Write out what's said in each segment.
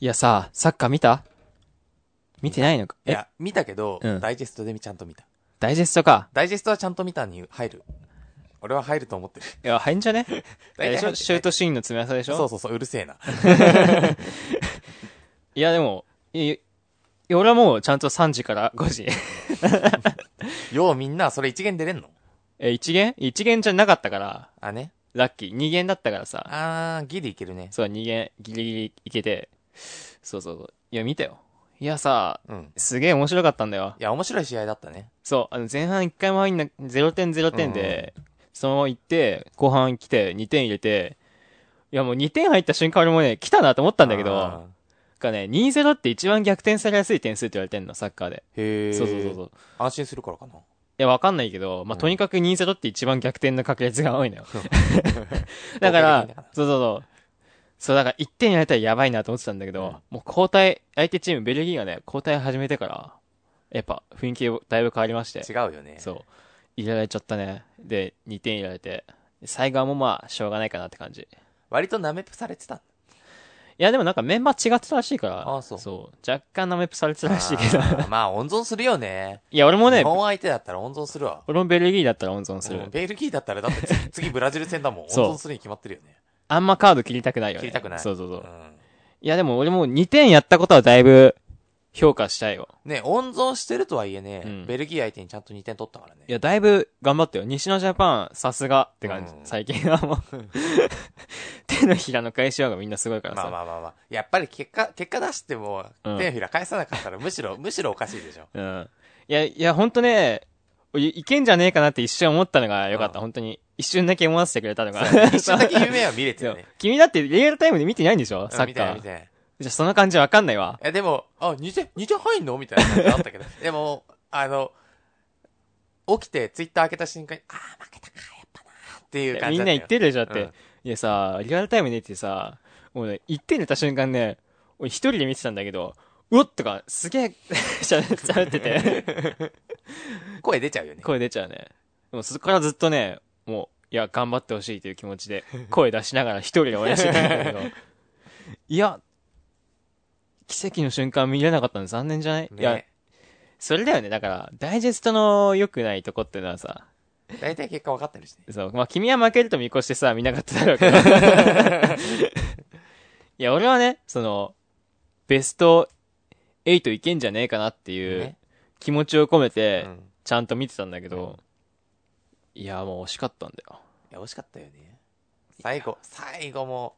いやさ、サッカー見た見てないのかいえ、や、見たけど、うんダイジェストでちゃんと見た。ダイジェストか。ダイジェストはちゃんと見たに入る。俺は入ると思ってる。いや、入んじゃ ねあれでし入ょってシュートシーンの詰め合わせでしょそうそうそう、うるせえ な。いや、でも、いいや俺はもうちゃんと3時から5時。 ようみんな、それ一元出れんのえ、1限 ?1 限じゃなかったから、あね。ラッキー。2限だったからさ。あー、ギリいけるね。そう、2限、ギリギリいけて。そうそうそう。いや、見たよ。いやさ、うん。すげえ面白かったんだよ。いや、面白い試合だったね。そう、あの前半1回も入んな、0点0点で、そのまま行って、後半来て2点入れて、いやもう2点入った瞬間俺もね、来たなと思ったんだけど、あがね、2-0って一番逆転されやすい点数って言われてんの、サッカーで。ー。へー。そうそうそうそう。い安心するからかな。や、わかんないけど、まあ、うんとにかく2-0って一番逆転の確率が多いの よ。だから合計的にだから、そうそうそう。そう、だから1点やれたらやばいなと思ってたんだけど、うんもう交代、相手チーム、ベルギーがね、交代始めてから、やっぱ雰囲気だいぶ変わりまして。違うよね。そう。入れられちゃったね。で、2点入れられて。最後はもうまあ、しょうがないかなって感じ。い割とナメプされてた。や、でもなんかメンバー違ってたらしいから。あそう若干なめプされてたらしいけど。あーまあ、温存するよね。いや、俺も日ね、本相手だったら温存するわ。俺もベルギーだったら温存すうるん。ベルギーだったら、だって次次ブラジル戦だもん。温そう存するに決まってるよね。あんまカード切りたくないよね。切りたくない。そうそうそう。んいや、でも俺も2点やったことはだいぶ、評価したいよ。ね、温存してるとはいえね、うんベルギー相手にちゃんと2点取ったからね。いや、だいぶ頑張ったよ。西のジャパン、さすがって感じ。うん最近はも う。手のひらの返しようがみんなすごいからさ。まあまあまあまあ。やっぱり結果、結果出しても、うん手のひら返さなかったら、むしろ、 むしろおかしいでしょ。うん。いや、いや、ほんとね、いいけんじゃねえかなって一瞬思ったのがよかった、うんほんとに。一瞬だけ思わせてくれたのが。 一瞬だけ夢は見れてそるうね。君だってリアルタイムで見てないんでしょサうん見ッカてない見ー。てない。じゃ、その感じわかんないわ。え、でも、あ、2点、2点入んのみたいな感じだったけど。 でも、あの、起きてツイッター開けた瞬間に、あー負けたか、やっぱなーっていう感みじだんっなた言ってるでしょだって、うんいやさ、リアルタイムで言ってさ、もうね、1点出た瞬間ね、俺一人で見てたんだけど、うおっとか、すげえ、 喋喋ってて、声出ちゃうよね。声出ちゃうね。でもそこからずっとね、もう、いや、頑張ってほしいという気持ち で、声出しながら一人で応援してたんだけど、いや、奇跡の瞬間見れなかったの残念じゃない、いやね、。それだよね。だから、ダイジェストの良くないとこってのはさ、大体結果分かってるしね。そう。まあ、君は負けると見越してさ、見なかっただろうけど。 いや、俺はね、その、ベスト8いけんじゃねえかなっていうね気持ちを込めて、うんちゃんと見てたんだけど、いや、もう惜しかったんだよ。いや、惜しかったよね。最後、最後も、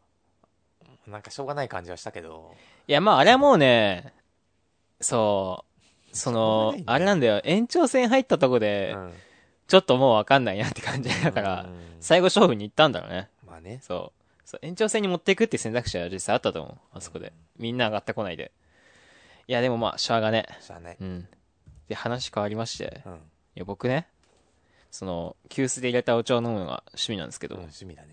なんかしょうがない感じはしたけど、いや、まあ、あれはもうね、そう、そしょうがのないね、あれなんだよ、延長戦入ったとこで、うんちょっともうわかんないなって感じだから、うん最後勝負に行ったんだろうね。まあね。そう。そう延長戦に持っていくっていう選択肢は実際あったと思う。あそこで。みんな上がってこないで。いや、でもまあ、しゃあがね。しゃあない。うん。で、話変わりまして。うん。いや、僕ね、その、急須で入れたお茶を飲むのが趣味なんですけうんど、うん、趣味だね。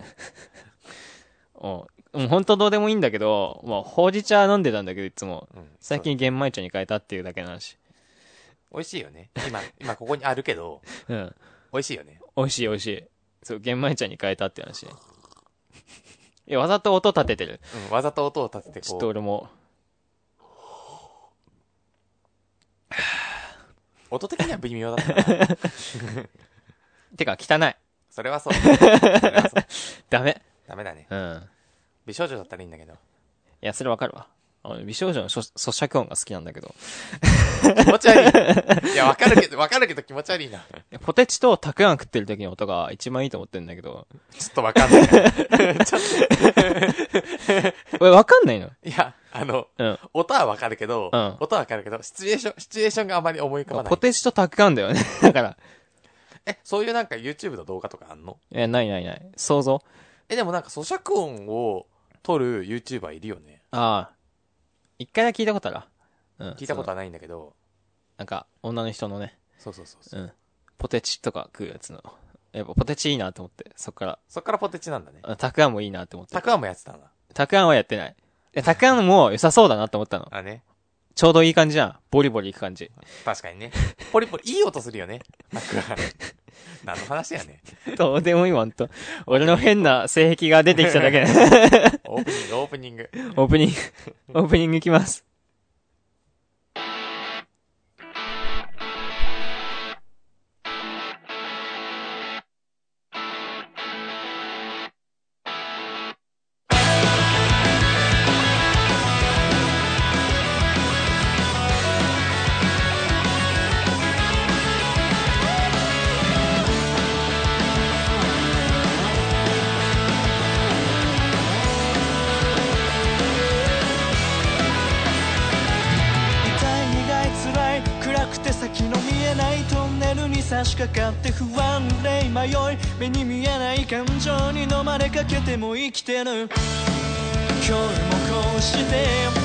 もう本当どうでもいいんだけど、まあ、ほうじ茶飲んでたんだけど、いつも。うん最近玄米茶に変えたっていうだけの話。美味しいよね。今、今ここにあるけど、うん。美味しいよね。美味しい美味しい。そう、玄米茶に変えたって話ね。いや、わざと音立ててる。うん、わざと音を立ててちょこっうと、俺も、音的には微妙だった な。てか汚い。それはそう。それはそうダメ。ダメだね。うん。美少女だったらいいんだけど。いや、それわかるわ。あの美少女のそ咀嚼音が好きなんだけど。気持ち悪い。いや、わかるけど、わかるけど気持ち悪いな。ポテチとたくあん食ってる時の音が一番いいと思ってるんだけど。ちょっとわかんない。俺わかんないのいや、あの、うん。音はわかるけど、うん音はわかるけど、シチュエーション、シチュエーションがあまり思い浮かばなポい。テチとたくあんだよね。 だから。え、そういうなんか YouTube の動画とかあんのえ、ないないない。想像え、でもなんか咀嚼音を撮る YouTuber いるよね。ああ。一回だけ聞いたことあるわ。うん。聞いたことある。はないんだけど。なんか、女の人のね、そうそうそうそううん。ポテチとか食うやつの。やっぱポテチいいなと思って、そっからそっからポテチなんだね。あ、たくあんもいいなと思ってた。くあんもやってたんだ。たくあんはやってない。いやたくあんも良さそうだなと思ったの。あね。ちょうどいい感じじゃん。ボリボリいく感じ。 確かにね。ポリポリ、いい音するよね。たくあん。何の話やねどうでもいいわ、ほんと。俺の変な性癖が出てきただ けだんオープニング、オープニング。オープニング、オープニングいきます。痛い苦い辛い暗くて先の見えないトンネルに差し掛かって不安で迷い目に見えない感情に飲まれかけても生きてる今日もこうしてこ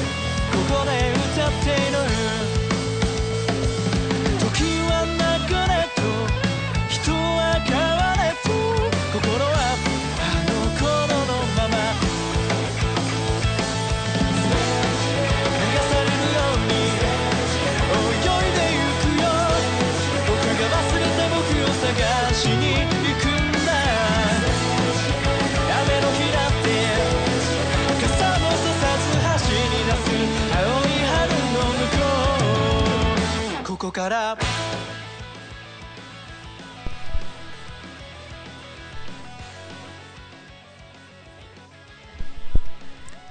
こで歌っている時は流れと人は変われと心はあの頃のまま流されるように泳いでゆくよ僕が忘れた僕を探しに行くんだ雨の日だって傘もささず走り出す青い春の向こうここから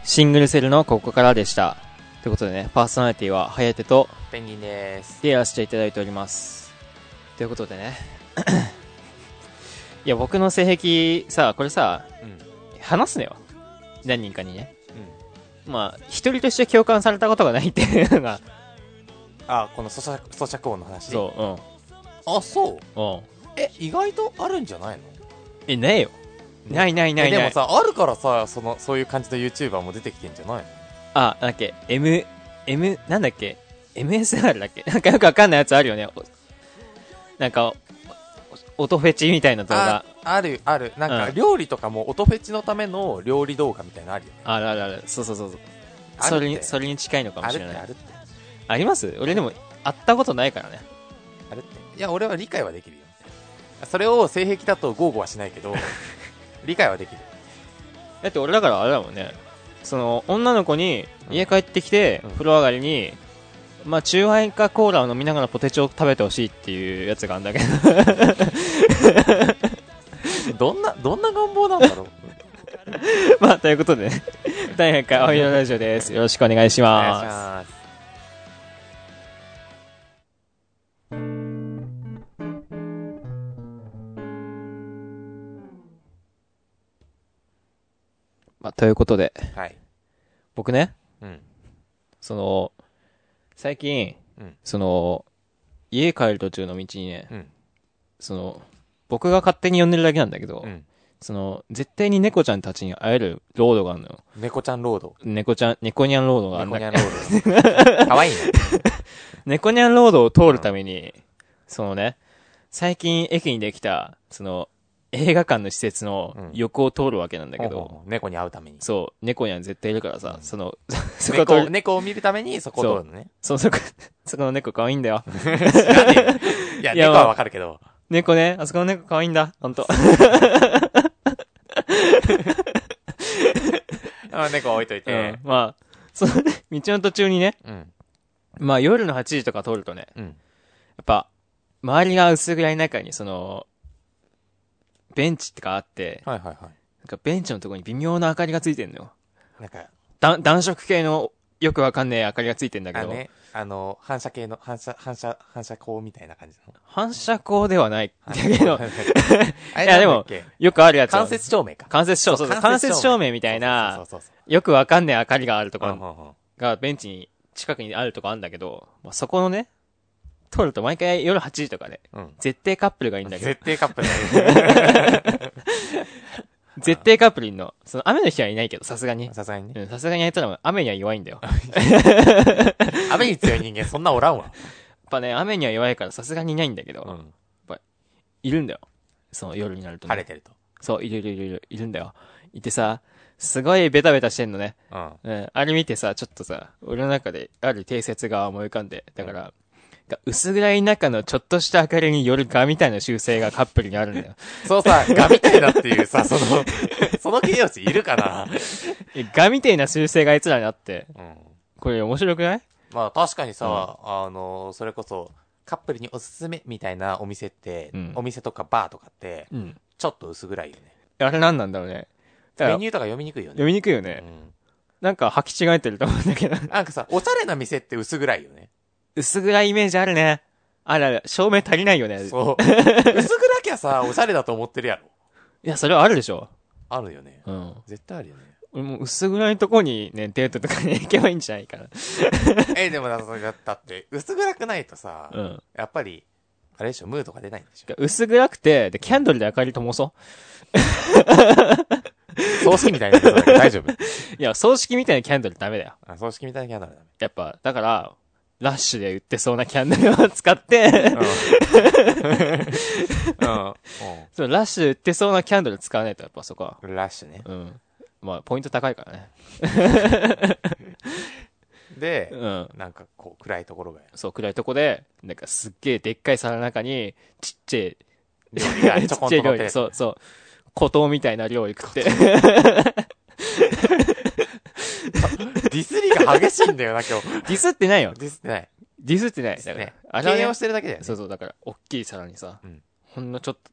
シングルセルのここからでした。ということでね、パーソナリティは、ハヤテと、ペンギンです。でやらせていただいております。ということでね。 いや、僕の性癖、さ、これさ、うん。うん。話すねよ。何人かにね。まあ、一人として共感されたことがないっていうの が、あ、この咀嚼咀嚼音の話。そうあ、そう。、うん、うん。え、意外とあるんじゃないのえ、ねえよ。ないないないない。えでもさ、あるからさ、その、そういう感じの YouTuber も出てきてんじゃないのあ、なんだっけ、M、M、なんだっけ、MSR だっけ なんかよくわかんないやつあるよね。おなんか、おお音フェチみたいな動画あ。あるあるなんかうん料理とかも音フェチのための料理動画みたいなのあるよねあるあるある。そうそうそうそう。あるってそれに、それに近いのかもあしるれっなてい。ああるってります俺でも、会ったことないからね。あるっていや俺は理解はできるよそれを性癖だと豪語はしないけ ど理解はできるだって俺だからあれだもんね。その、女の子に、家帰ってきてうん、風呂上がりに、まあ、中杯かコーラを飲みながらポテチを食べてほしいっていうやつがあるんだけど。 どんなどんな願望なんだろうまあ、ということでね。大変か、青色ラジオです。よろしくお願いし おます。願いしますまあ、ということで、はい僕ね、うんその、最近、うんその、家帰る途中の道にね、うんその、僕が勝手に呼んでるだけなんだけど、うんその、絶対に猫ちゃんたちに会えるロードがあるのよ。猫ちゃんロード猫ちゃん、猫ニャンロードがあるん猫だちけゃどん、ロードかわいいね 猫ニャンロードを通るために、そのね、最近駅にできた、その、映画館の施設のうん横を通るわけなんだけど、ほうほうほう猫に会うためにそう、猫ニャン絶対いるからさ、そ の、そこ通猫る、猫を見るためにそこを通るのねそう、そこ、 そこの猫可愛いんだよ。いやいや猫はわかるけど猫ね、あそこの猫可愛いんだ、ほんと。あ猫は置いと いうんて、まあ、そのね、道の途中にね、うんまあ夜の8時とか通るとね、うんやっぱ、周りが薄暗い中にその、ベンチとかあって、はいはいはなんかベンチのとこに微妙な明かりがついてんのよ。いなんかだ暖色系のよくわかんねえ明かりがついてんだけあど、ね、あの、反射系の、反射、反射、反射光みたいな感じの。反射光ではない。だけど、 あれいやでなんだもっけ、よくあるやつ。間接照明か。間接照明、そうそう、間接照明みたいそなう、そうそうよくわかんねえ明かりがあるとこそう。ろうんうんうんがベンチに近くにあるとこあるんだけど、まあ、そこのね、撮ると毎回夜8時とかで、うん。絶対カップルがいいんだけど、絶対カップルだ よ絶対カップルいんの。その雨の日はいないけど、さすがにね。。さすがにね。うん、さすがにあいつらも雨には弱いんだよ。やっ雨に強い人間そんなおらんわ。ぱね、雨には弱いからさすがにいないんだけど、うん。いるんだよ。その夜になると、ね。晴れてると。そう、いるいるいるいる、いるんだよ。いてさ、すごいベタベタしてんのね。うん。うん、あれ見てさ、ちょっとさ、俺の中である定説が思い浮かんで、だから、が薄暗い中のちょっとした明かりによる画みたいな習性がカップルにあるんだ よ。そうさ、ガみたいだっていう さ、その、その形容詞いるかなえ画みたいな習性があいつらにあって、うん。これ面白くないまあ確かにさ、あの、それこそ、カップルにおすすめみたいなお店って、うんお店とかバーとかって、うん。ちょっと薄暗いよね。あれ何なんだろうね。だからメニューとか読みにくいよね。読みにくいようね。ん。なんか履き違えてると思うんだ けど。なんかさ、おしゃれな店って薄暗いよね。薄暗いイメージあるね。あらら、照明足りないよね。い そう。薄暗きゃさ、おしゃれだと思ってるやろ。や、それはあるでしょ。あるよね。うん。絶対あるよね。俺もう薄暗いとこにね、デートとかに行けばいいんじゃないかな。え、でもだだだって、薄暗くないとさ、うん。やっぱり、あれでしょ、ムードが出ないんでしょ。薄暗くて、で、キャンドルで明かり灯そ葬式みたいなことだけど大丈 夫。う。いや、葬式みたいなキャンドルダメだよ。あ葬式みたいなキャンドルだね。やっぱ、だから、ラッシュで売ってそうなキャンドルを使って、 うそう、ラッシュで売ってそうなキャンドル使わないと、やっぱそこは。ん。うん。ラッシュね。うん。まあ、ポイント高いからね。で、うん。なんかこう、暗いところが、そう、暗いとこで、なんかすっげえでっかい皿の中に、ちっちゃい、料理が ちちょっこん ちゃとい乗料って理、るそうそう。孤島みたいな料理食 って。ディスりが激しいんだよな、今日。ディスってないよ。ディスってない。ディスってない。ディスっだてかねら、。あれはねをしてるだけだよね。そうそう、だから、おっきい皿にさ、うんほんのちょっと、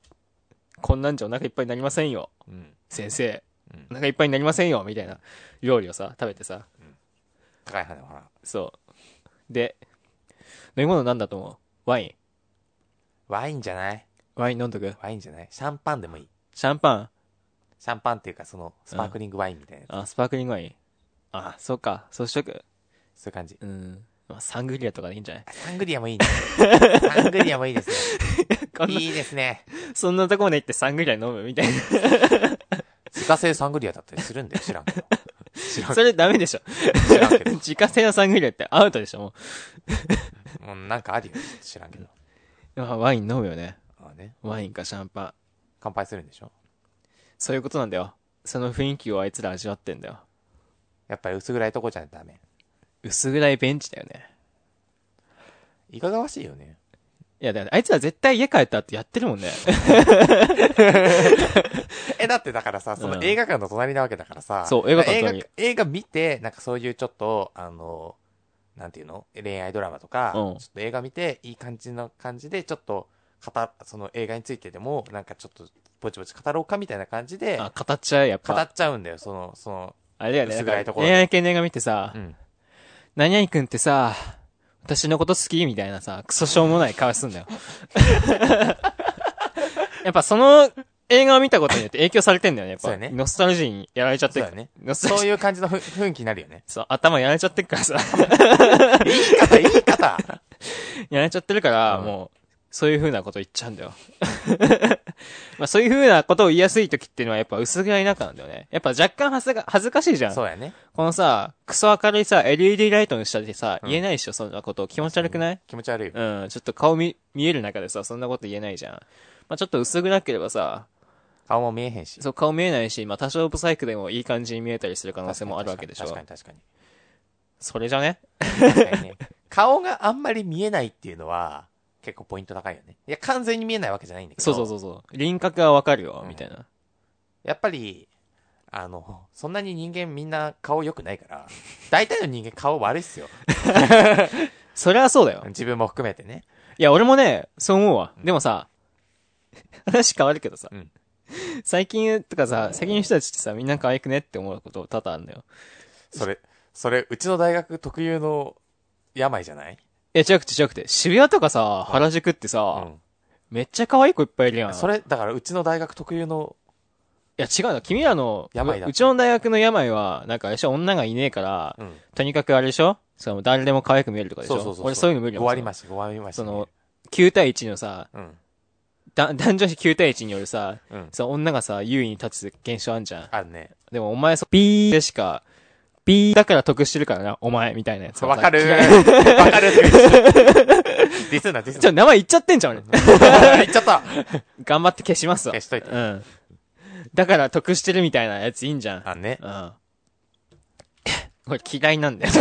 こんなんじゃお腹いっぱいになりませんよ、うん。先生。うんお腹いっぱいになりませんよ、みたいな料理をさ、食べてさ、高い花ほら。そう。で、飲み物なんだと思うワイワインじゃないン。ワイン飲んどくワインじゃないシャンパンでもいい。シャンパンシャンパンっていうか、その、スパークリングワインみたいな。あ、スパークリングワインあ、そうか。そうしとく。そういう感じ。うん。まあ、サングリアとかでいいんじゃないサングリアもい いね。サングリアもいいですこんね。ないいですね。そんなとこまで行ってサングリア飲むみたい自家製サングリアだったりするんだよ、知らんけど。知らな。んそれダメでしょ。知らんけど。 自家製のサングリアってアウトでしょ、もうん、なんかあるよ。知らんけど。う。まあ、ワイン飲むよね。ああね。ワインかシャンパン。乾杯するんでしょそういうことなんだよ。その雰囲気をあいつら味わってんだよ。やっぱり薄暗いとこじゃダメ。薄暗いベンチだよね。いかがわしいよね。いや、だからあいつら絶対家帰ったってやってるもんね。え、だってだからさ、そのうん映画館の隣なわけだからさ。そう映画館の隣映画。映画見て、なんかそういうちょっと、あの、なんていうの恋愛ドラマとか、うんちょっと映画見て、いい感じの感じで、ちょっと、語、その映画についてでも、なんかちょっと、ぼちぼち語ろうかみたいな感じで、あ、語っちゃう、やっ語ぱ。っちゃうんだよ、その、その、あれだよね。薄な暗いんとかころ恋で愛系の映画見てさう、ん。何々くんってさ、私のこと好きみたいなさ、クソしょうもない顔す んだよ。やっぱその映画を見たことによって影響されてんだよね、やっそぱ。うやねノスタルジーにやられちゃってそうるだ。ね。ノスタルそジうー。いう感じのふ 雰囲気になるよね。そう、頭やられちゃってるからさ。言い方、言い方やられちゃってるから、うんもう、そういう風なこと言っちゃうんだよ。 まあそういう風なことを言いやすい時っていうのはやっぱ薄暗い中なんだよね。やっぱ若干恥ずか恥ずかしいじゃん。そこうやね。のさ、クソ明るいさ、LED ライトの下でさ、うん言えないでしょ、そんなこと。気持ち悪くない気持ち悪いよ。うん、ちょっと顔見、見える中でさ、そんなこと言えないじゃん。まあちょっと薄暗ければさ、顔も見えへんし。そう顔見えないし、まあ多少ブサイクでもいい感じに見えたりする可能性もあるわけでし確ょか。に確かに。それじゃね確かにね。顔があんまり見えないっていうのは、結構ポイント高いよね。いや、完全に見えないわけじゃないんだけど。そうそうそうそう。輪郭はわかるよ、みたいな。やっぱり、あの、そんなに人間みんな顔良くないから、大体の人間顔悪いっすよ。それはそうだよ。自分も含めてね。いや、俺もね、そう思うわ。でもさ、話変わるけどさ、うん最近とかさ、最近の人たちってさ、みんな可愛くねって思うこと多々あるんだよ。それ、それ、うちの大学特有の病じゃないいや、違くて違くて。渋谷とかさ、原宿ってうさ、ん。めっちゃ可愛い子いっぱいいるやん。そいれ、だからうちの大学特有の、や、違うの。君らの、病だううちの大学の病は、なんか、あれでしょ、女がいねえから、うん。とにかくあれでしょその、誰でも可愛く見えるとかでしょそうそうそう。俺そういうの無理だ終もんわりまし、終わりまし。その、9対1のさ、うん。だ男女比9対1によるさ、うん。その女がさ、優位に立つ現象あんじゃん。あるね。でもお前そ、B でしか、B だから得してるからな、お前、みたいなやつ。わかる。ちわかる。 ディスんな、ディスんなょ、。名前言っちゃってんじゃん、俺。 言っちゃった。頑張って消しますわ。消しといてうん。だから得してるみたいなやついいんじゃん。 あんね。うん。これ嫌いなんだよ。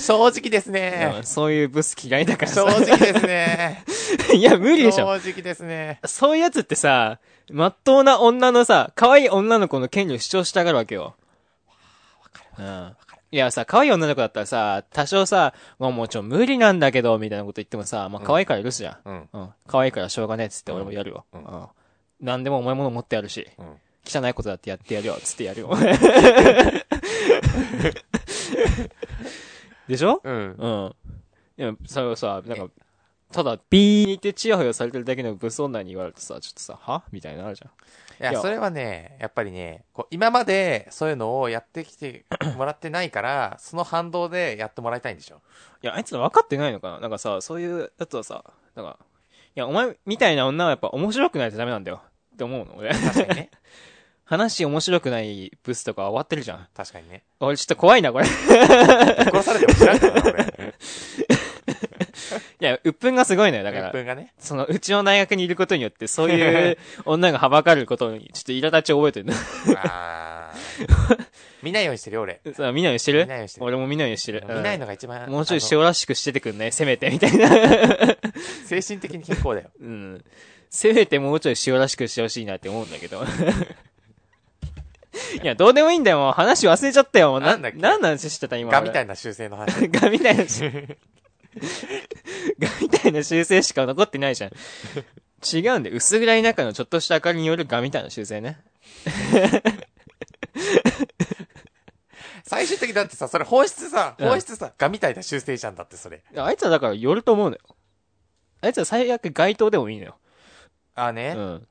正直ですでね。も そういうブス嫌いだからさ。正直で すね。いや、無理でし正ょ。直ですね。そういうやつってさ、まっとうな女のさ、可愛い女の子の権利を主張したがるわけよ。うん。いやさ、可愛い女の子だったらさ、多少さ、もうもうちょ、無理なんだけど、みたいなこと言ってもさ、まあ可愛いから許すじゃん。うん。うん。可愛いからしょうがねえっつって俺もやるよ。う。うんんうん何でも重いもの持ってやるし、うん。汚いことだってやってやる よ、つ ってやるよ。でしょうん。うん。いや、それをさ、なんか、ただ、ビーってチヤホヤされてるだけのブス女に言われるとさ、ちょっとさ、はみたいになるじゃん。いいや、やそれはね、やっぱりね、こう今までそういうのをやってきてもらってないから、その反動でやってもらいたいんでしょ。いや、あいつら分かってないのかななんかさ、そういうやつはさ、なんか、いや、お前みたいな女はやっぱ面白くないとダメなんだよ。って思うの俺。 確かにね。話面白くないブスとか終わってるじゃん。確かにね。俺ちょっと怖いな、これ。い 殺されても知らんからな、俺。や、鬱憤がすごいのよ、だか1ら。分がね。その、うちの大学にいることによって、そういう 女がはばかることに、ちょっと苛立ちを覚えてる あー見ないようにしてるよ、俺。の。さ見ないようにしてる見ないようにしてる俺も見ないようにしてる。見ないのが一番、もうちょいあの塩らしくしててくんね、せめて、みたいな。精神的に健康だよ。うん。せめてもうちょい塩らしくしてほしいなって思うんだ けど。いや、どうでもいいんだよ、もう話忘れちゃったよ、もう。ななんだっけなんの話してた、今。ガみたい。いな修正の 話。ガみたいなし、ガみたいな修正しか残ってないじゃん。違うんで、薄暗い中のちょっとした明かりによるガみたいな修正ね。最終的にだってさ、それ本質さ、うん本質さ、ガみたいな修正じゃんだって、それ。あいつはだから寄ると思うのよ。あいつは最悪街頭でもいいのよ。あーうね。ん。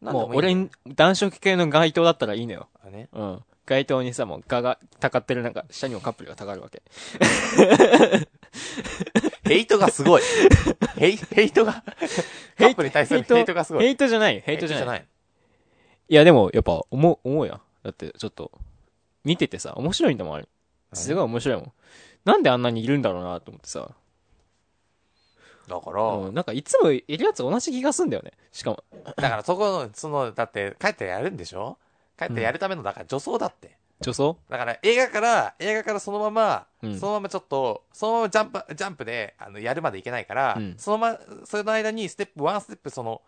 なんもうでい俺いに、男色系の街頭だったらいいのよ。あーね。うん。街灯にさ、もうガが、たかってるなんか、下にもカップルがたかるわ け。ヘイトがすごい。 ヘイ、ヘイトが、カップに対するヘイトがすごヘい。イトじゃない、ヘヘイトじゃない。いい。や、でも、やっぱ、思う、思うやん。だって、ちょっと、見ててさ、面白いんだもん、あれ。すごい面白いもん。なんであんなにいるんだろうなと思ってさ。だかうら、ん、なんかいつもいるやつ同じ気がすんだよね。しかも、だからそこの、その、だって、帰ってやるんでしょ帰ってやるための、だから女装だって。女装だから映画から、映画からそのまま、うんそのままちょっと、そのままジャンプ、ジャンプで、あの、やるまでいけないから、うんそのま、その間にステップ、ワンステップその、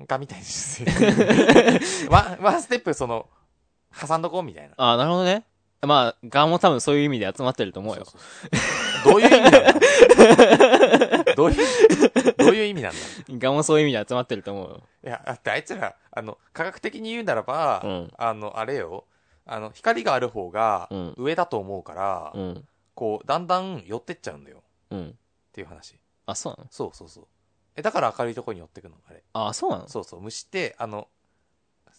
がみたいにし て、ワン、ワンステップその、挟んどこうみたいな。ああ、なるほどね。まあ、ガーも多分そういう意味で集まってると思うよ。どういう意味なんだどういう、どういう意味なんだガーもそういう意味で集まってると思うよ。いや、だってあいつら、あの、科学的に言うならば、うんあの、あれよ、あの、光がある方がうん上だと思うから、うん。こう、だんだん寄ってっちゃうんだよ、っうん。ていう話。あ、そうなのそうそうそう。え、だから明るいとこに寄ってくの、あれ。あ、そうなのそうそう、虫って、あの、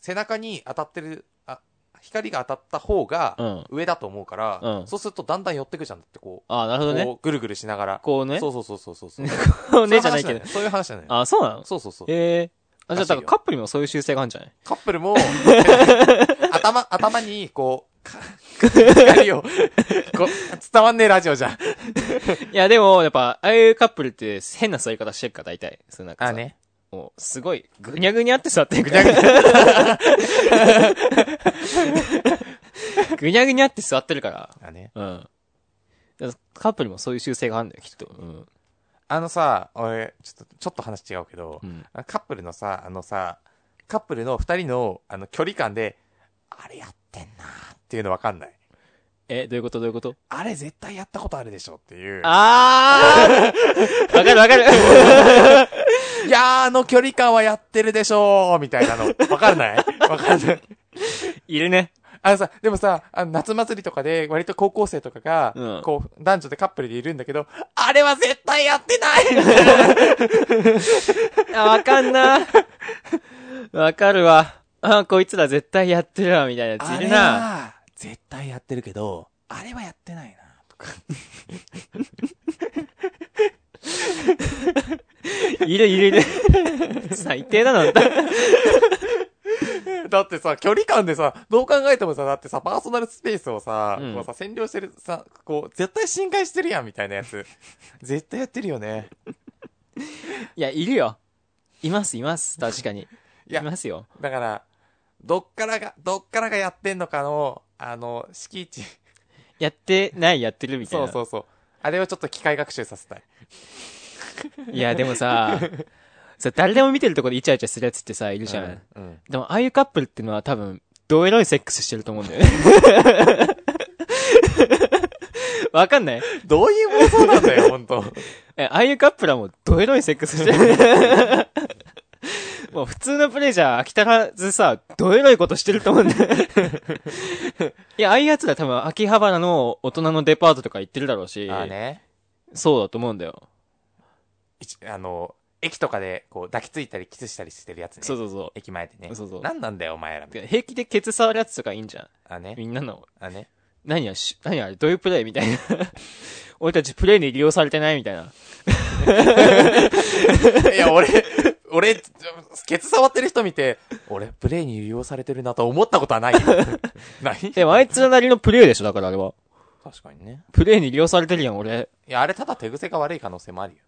背中に当たってる、あ、光が当たった方がうん。上だと思うから、うんそうするとだんだん寄ってくじゃんだって、こう、あ、なるほどね。こうぐるぐるしながら。こうね。そうそうそうそうそうそう。こうね、じゃないけど。そういう話じゃない。あ、そうなのそうそうそう。ええあ、じゃあ、だからしいよらカップルにもそういう習性があるんじゃないカップ ルも、頭、頭に、こう、か光を、こう、伝わんねえラジオじゃん。いや、でも、やっぱ、ああいうカップルって変な座り方してるから、大体。そう、なんかさ。。もう、すごい、ぐにゃぐにゃって座ってる。ぐぐにゃぐにゃ。ぐにゃぐにゃって座ってるから。だね。うん。だからカップルもそういう習性があるんだよ、きっと。うん。あのさ、俺、ちょっと、ちょっと話違うけどう、ん。あカップルのさ、あのさ、カップルの二人の、あの、距離感で、あれやってんなーっていうのわかんない。え、どういうことどういうことあれ絶対やったことあるでしょっていう。あー わかるわかる。いやー、あの距離感はやってるでしょーみたいなの。わかんないわかんない。いるね。あのさ、でもさ、あの夏祭りとかで、割と高校生とかが、うんこう、男女でカップルでいるんだけど、あれは絶対やって ないあ、わかんな。わかるわ。あ、こいつら絶対やってるわ、みたいなやついるな。は絶対やってるけど、あれはやってないな、とか。いるいるい る。最低だなの。だってさ、距離感でさ、どう考えてもさ、だってさ、パーソナルスペースをさ、うんこうさ、占領してるさ、こう、絶対侵害してるやん、みたいな やつ。絶対やってるよね。いや、いるよ。います、います。確かに。い いやますよ。だから、どっからが、どっからがやってんのかの、あの、敷地、やってない、やってるみたいそな。うそうそう。あれをちょっと機械学習させたい。いや、でも さ、さ、誰でも見てるとこでイチャイチャするやつってさ、いるじゃん。うん。うんでも、ああいうカップルっていうのは多分、どエロいセックスしてると思うんだよね。 わかんないどういう妄想な んだよ、本当え、ああいうカップルはもう、どエロいセックスしてる。 もう普通のプレイじゃ飽き足らずさ、どエロいことしてると思うんだ よ。いや、ああいうやつら多分、秋葉原の大人のデパートとか行ってるだろうし、ああね。そうだと思うんだよ。一あの、駅とかで、こう、抱きついたりキスしたりしてるやつね。そうそうそ駅前でね。そうそうなんなんだよ、お前らみうたい。平気でケツ触るやつとかいいんじゃん。な。あね。みんなのあね。何やし、何や、どういうプレイみたいな。 俺たちプレイに利用されてないみたいな。いや、俺、 俺、ケツ触ってる人見て、俺、プレイに利用されてるなと思ったことはな いよ。ないでもあいつなりのプレイでしょ、だからあれは。確かにね。プレイに利用されてるやん、俺。いや、あれただ手癖が悪い可能性もあるよ。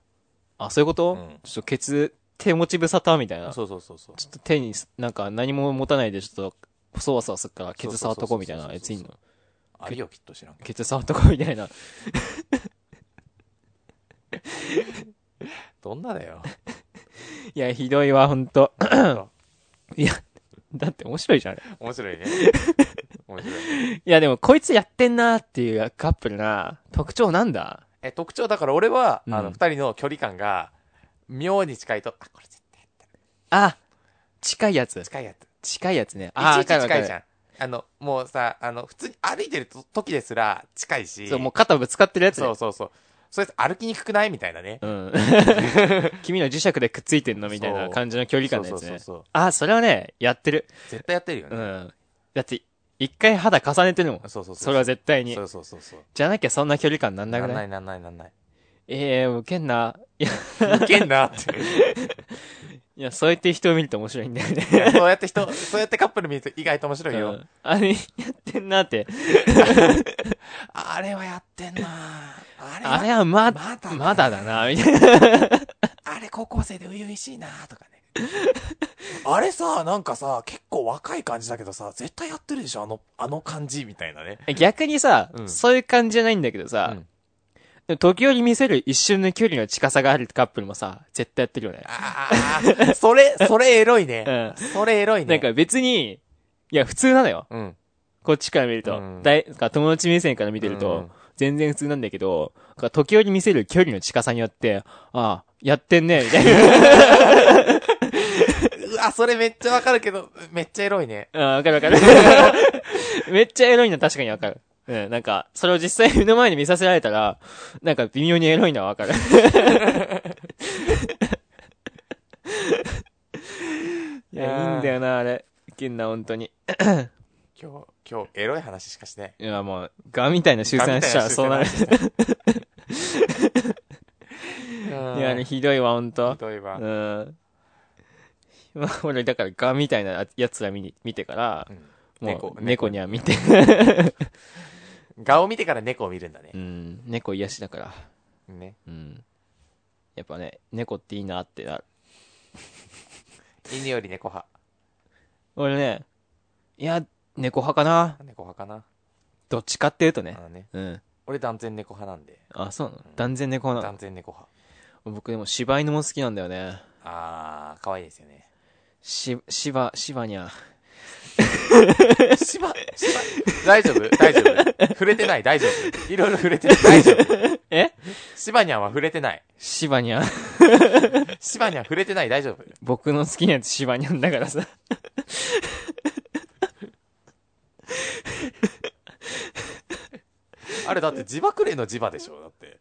あ、そういうこと、うんちょっとケツ、手持ちぶさたみたいな。ちょそうそうそうそう。っと手に、なんか何も持たないで、ちょっと、そわそわするから、ケツ触っとこうみたいなやついんの。あるよ、きっと知らんけど。ケツ触っとこうみたいな。 どんなだよ。いや、ひどいわ、ほんと。 い面や、だって面白いじゃん。い白 いね。面白い。や、でもこいつやってんなーっていうカップルな、特徴なんだえ、特徴だから俺は、うんあの、二人の距離感が、妙に近いと、あ、これ絶対やったあ、近いやつ。近いやつ。近いやつね。いちあー、いち近いわかるわかじるゃん。あの、もうさ、あの、普通に歩いてると時ですら近いし。そう、もう肩ぶつかってるやつねそうそうそう。それ歩きにくくないみたいなね。うん。 君の磁石でくっついてんのみたいな感じの距離感のやつそうそうねそうそう。あ、それはね、やってる。絶対やってるようね。ん。だって、一回肌重ねてるもん。そうそうそう。それは絶対にそ。うそうそうそう。じゃなきゃそんな距離感なんななくんなないいなんないなんない。ええー、ウケんな。いや、いけんなって。いや、そうやって人を見ると面白いんだよね。いやそうやって人、そうやってカップル見ると意外と面白いよ。うんあれ、やってんなって。あれはやってんなあれはあれはま、まだだまだだな、みたいな。あれ高校生で初々しいなとかね。あれさ、なんかさ、結構若い感じだけどさ、絶対やってるでしょあの、あの感じみたいなね。逆にさ、うんそういう感じじゃないんだけどさ、うんでも時折見せる一瞬の距離の近さがあるカップルもさ、絶対やってるよね。ああ、それ、それエロいね。うそれエロいなね。んか別に、いや、普通なのよ。うん。こっちから見ると。うんだいか友達目線から見てるうとん、全然普通なんだけど、か時折見せる距離の近さによって、ああ、やってんね、みたいな。うわ、それめっちゃわかるけど、めっちゃエロいね。ああわかるわか る。めっちゃエロいのは確かにわかる。うん、なんか、それを実際目の前に見させられたら、なんか微妙にエロいのはわかる。 いや、いいんだよな、あれ。いけんな、本当に。今日、今日、エロい話しかしてない。いや、もう、ガみたいな集散しちゃう、そうなる。いいや、あれひどいわ、ほんと。例えば、うん。 まあ、俺、だから、ガみたいなやつら見に見てから、もう猫猫には見 て。顔見てから猫を見るんだねう。ん、猫癒しだから。ね。うん。やっぱね、猫っていいなってなる。犬より猫派。俺ね、いや、猫派かな。猫派かな。どっちかっていうとねあ。のね。うん。俺断然猫派なんで。あ、そうなの断然猫派な断然猫派。の。僕でも柴犬も好きなんだよね。あー、可愛いですよね。し、柴、柴にゃ。芝、芝、大丈夫大丈夫触れてない大丈夫いろいろ触れてない大丈夫 え芝にゃんは触れてない。柴にゃ。 芝にゃん触れてない大丈夫僕の好きなやつ柴にゃんだから さ。あれだって自爆霊の自場でしょだって。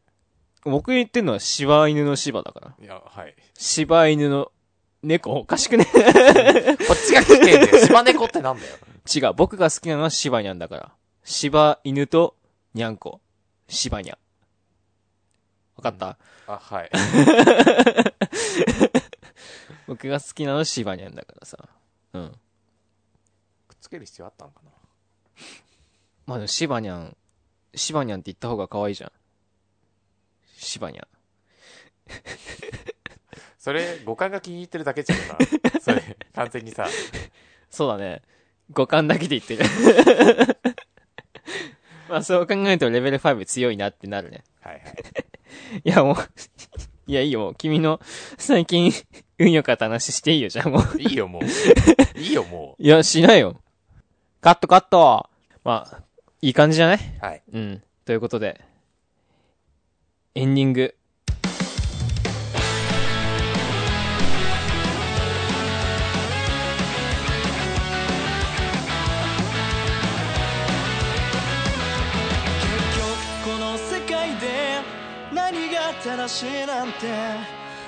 僕言ってんのは柴犬の柴だから。いや、はい。柴犬の猫おかし くねこっちが危険だよ。芝猫ってなんだよ。違う、僕が好きなのは柴にゃんだから。柴犬とにゃんこ。柴にゃん。わかった、あ、はい。僕が好きなのは柴にゃんだからさ。うん。くっつける必要あったのかなまあでも柴にゃん、柴にゃんって言った方が可愛いじゃん。柴にゃん。それ、五感が気に入ってるだけじゃん今。それ、完全にさ。そうだね。五感だけで言ってる。 まあそう考えるとレベル5強いなってなるね。はいはい。いやもう、 いやいいよもう君の最近運良かった話していいよじゃあもう。 いいよ、もう。いいよ、も。いや、しないよ。カットカットまあ、いい感じじゃないうはい。うん。ということで、エンディング。結局この世界で何が正しいなんて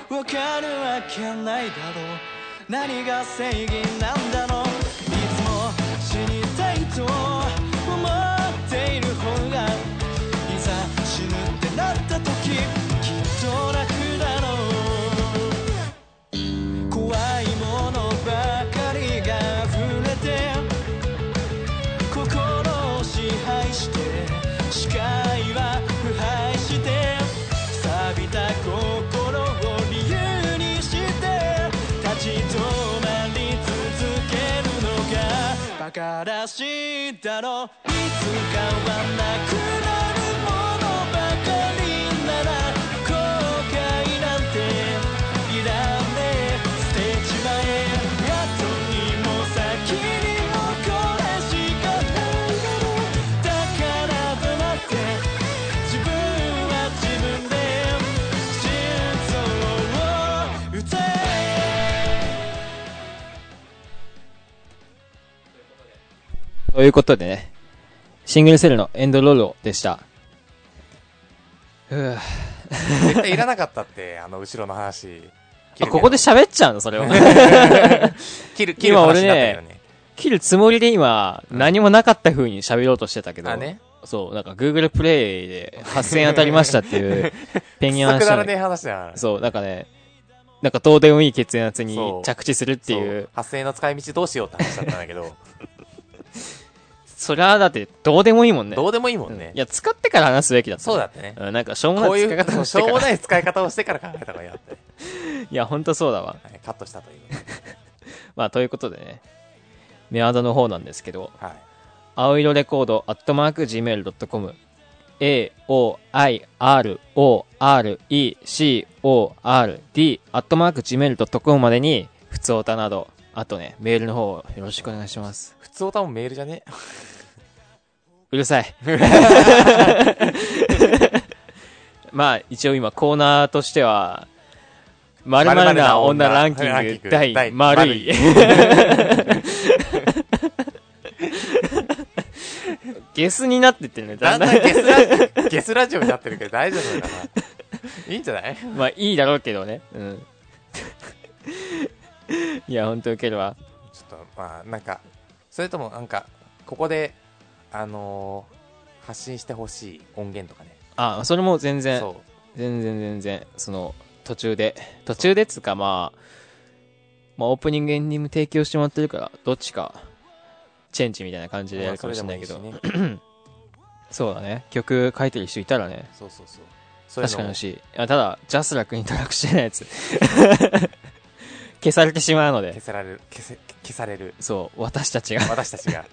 わかるわけないだろう何が正義なんだろういつも死にたいと思っている方がいざ死ぬってなった時きっと楽だろう怖いものばかりが溢れて心を支配して視界は腐敗して錆びた心を理由にして立ち止まり続けるのが馬鹿らしいだろういつかはなくなるものばかりなら後悔なんていらねえ捨てちまえ後にも先にもこれしかないだろうだからどなって自分は自分で心臓を打てということでね、シングルセルのエンドロールでした。ふぅ。あ、絶対いらなかったって、あの、後ろの話。切るけどここで喋っちゃうのそれを。切る、切る話になったよね。切るつもりで今、何もなかった風に喋ろうとしてたけど。あ、ね。そう、なんか Google プレイで8000当たりましたって いう、ペンギン話くしだたらのねえ話だな。そう、なんかね、なんかどうでもいい決圧そにう着地するっていう。そう。発生の使い道どうしようって話だったんだ けど、そりゃだってどうでもいいもんね。どうでもいいもんうねんい。や、使ってから話すべきだったね、そうだってね。うん。なんかしょうもこなういい使い方う、をししてょかうら。もない使い方をしてから考えた方がいいよって。いや、ほんとそうだわ。はいカットしたという。まあ、ということでね、メアドの方なんですけど、はい。青色レコード、アットマーク、gmail.com、a, o, i, r, o, r, e, c, o, r, d, アットマーク、gmail.com までに、普通歌など、あとね、メールの方、よろしくお願いします。普通歌もメールじゃねうるさい。 まあ、一応今コーナーとしては、まるな女ランキランキンンググ第第丸い。ゲスになってってるね、だだんんだだん。んゲスラゲスラジオになってるけど大丈夫かないいんじゃないまあいいだろうけどね。うん。いや、ほんとウケるわ。ちょっとまあなんかそれともなんかここであのー発信してほしい音源とかねあ、それも全然、そ全然全然、その、途中で、途中でっつうかまあ、まあオープニングエンディング提供してもらってるから、どっちか、チェンジみたいな感じうでやるかそもれしでれもないいけいど、しねそうだね。曲書いてる人いたらね、そうそうそうそういう確のかに欲しい。あただ、ジャスラックに登録してないやつ。 消されてしまうので消、せられる消せ消されるそう、私たちが私たちが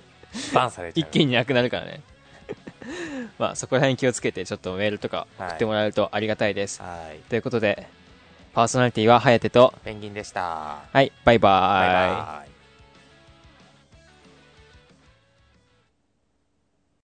バンされ ち一ゃう気になくなるからね。まあ、そこら辺気をつけて、ちょっとメールとか送ってもらえるとありがたいです。はーいということで、パーソナリティはハヤテと、ペンギンでしたはい、バイババイーイ。バーイ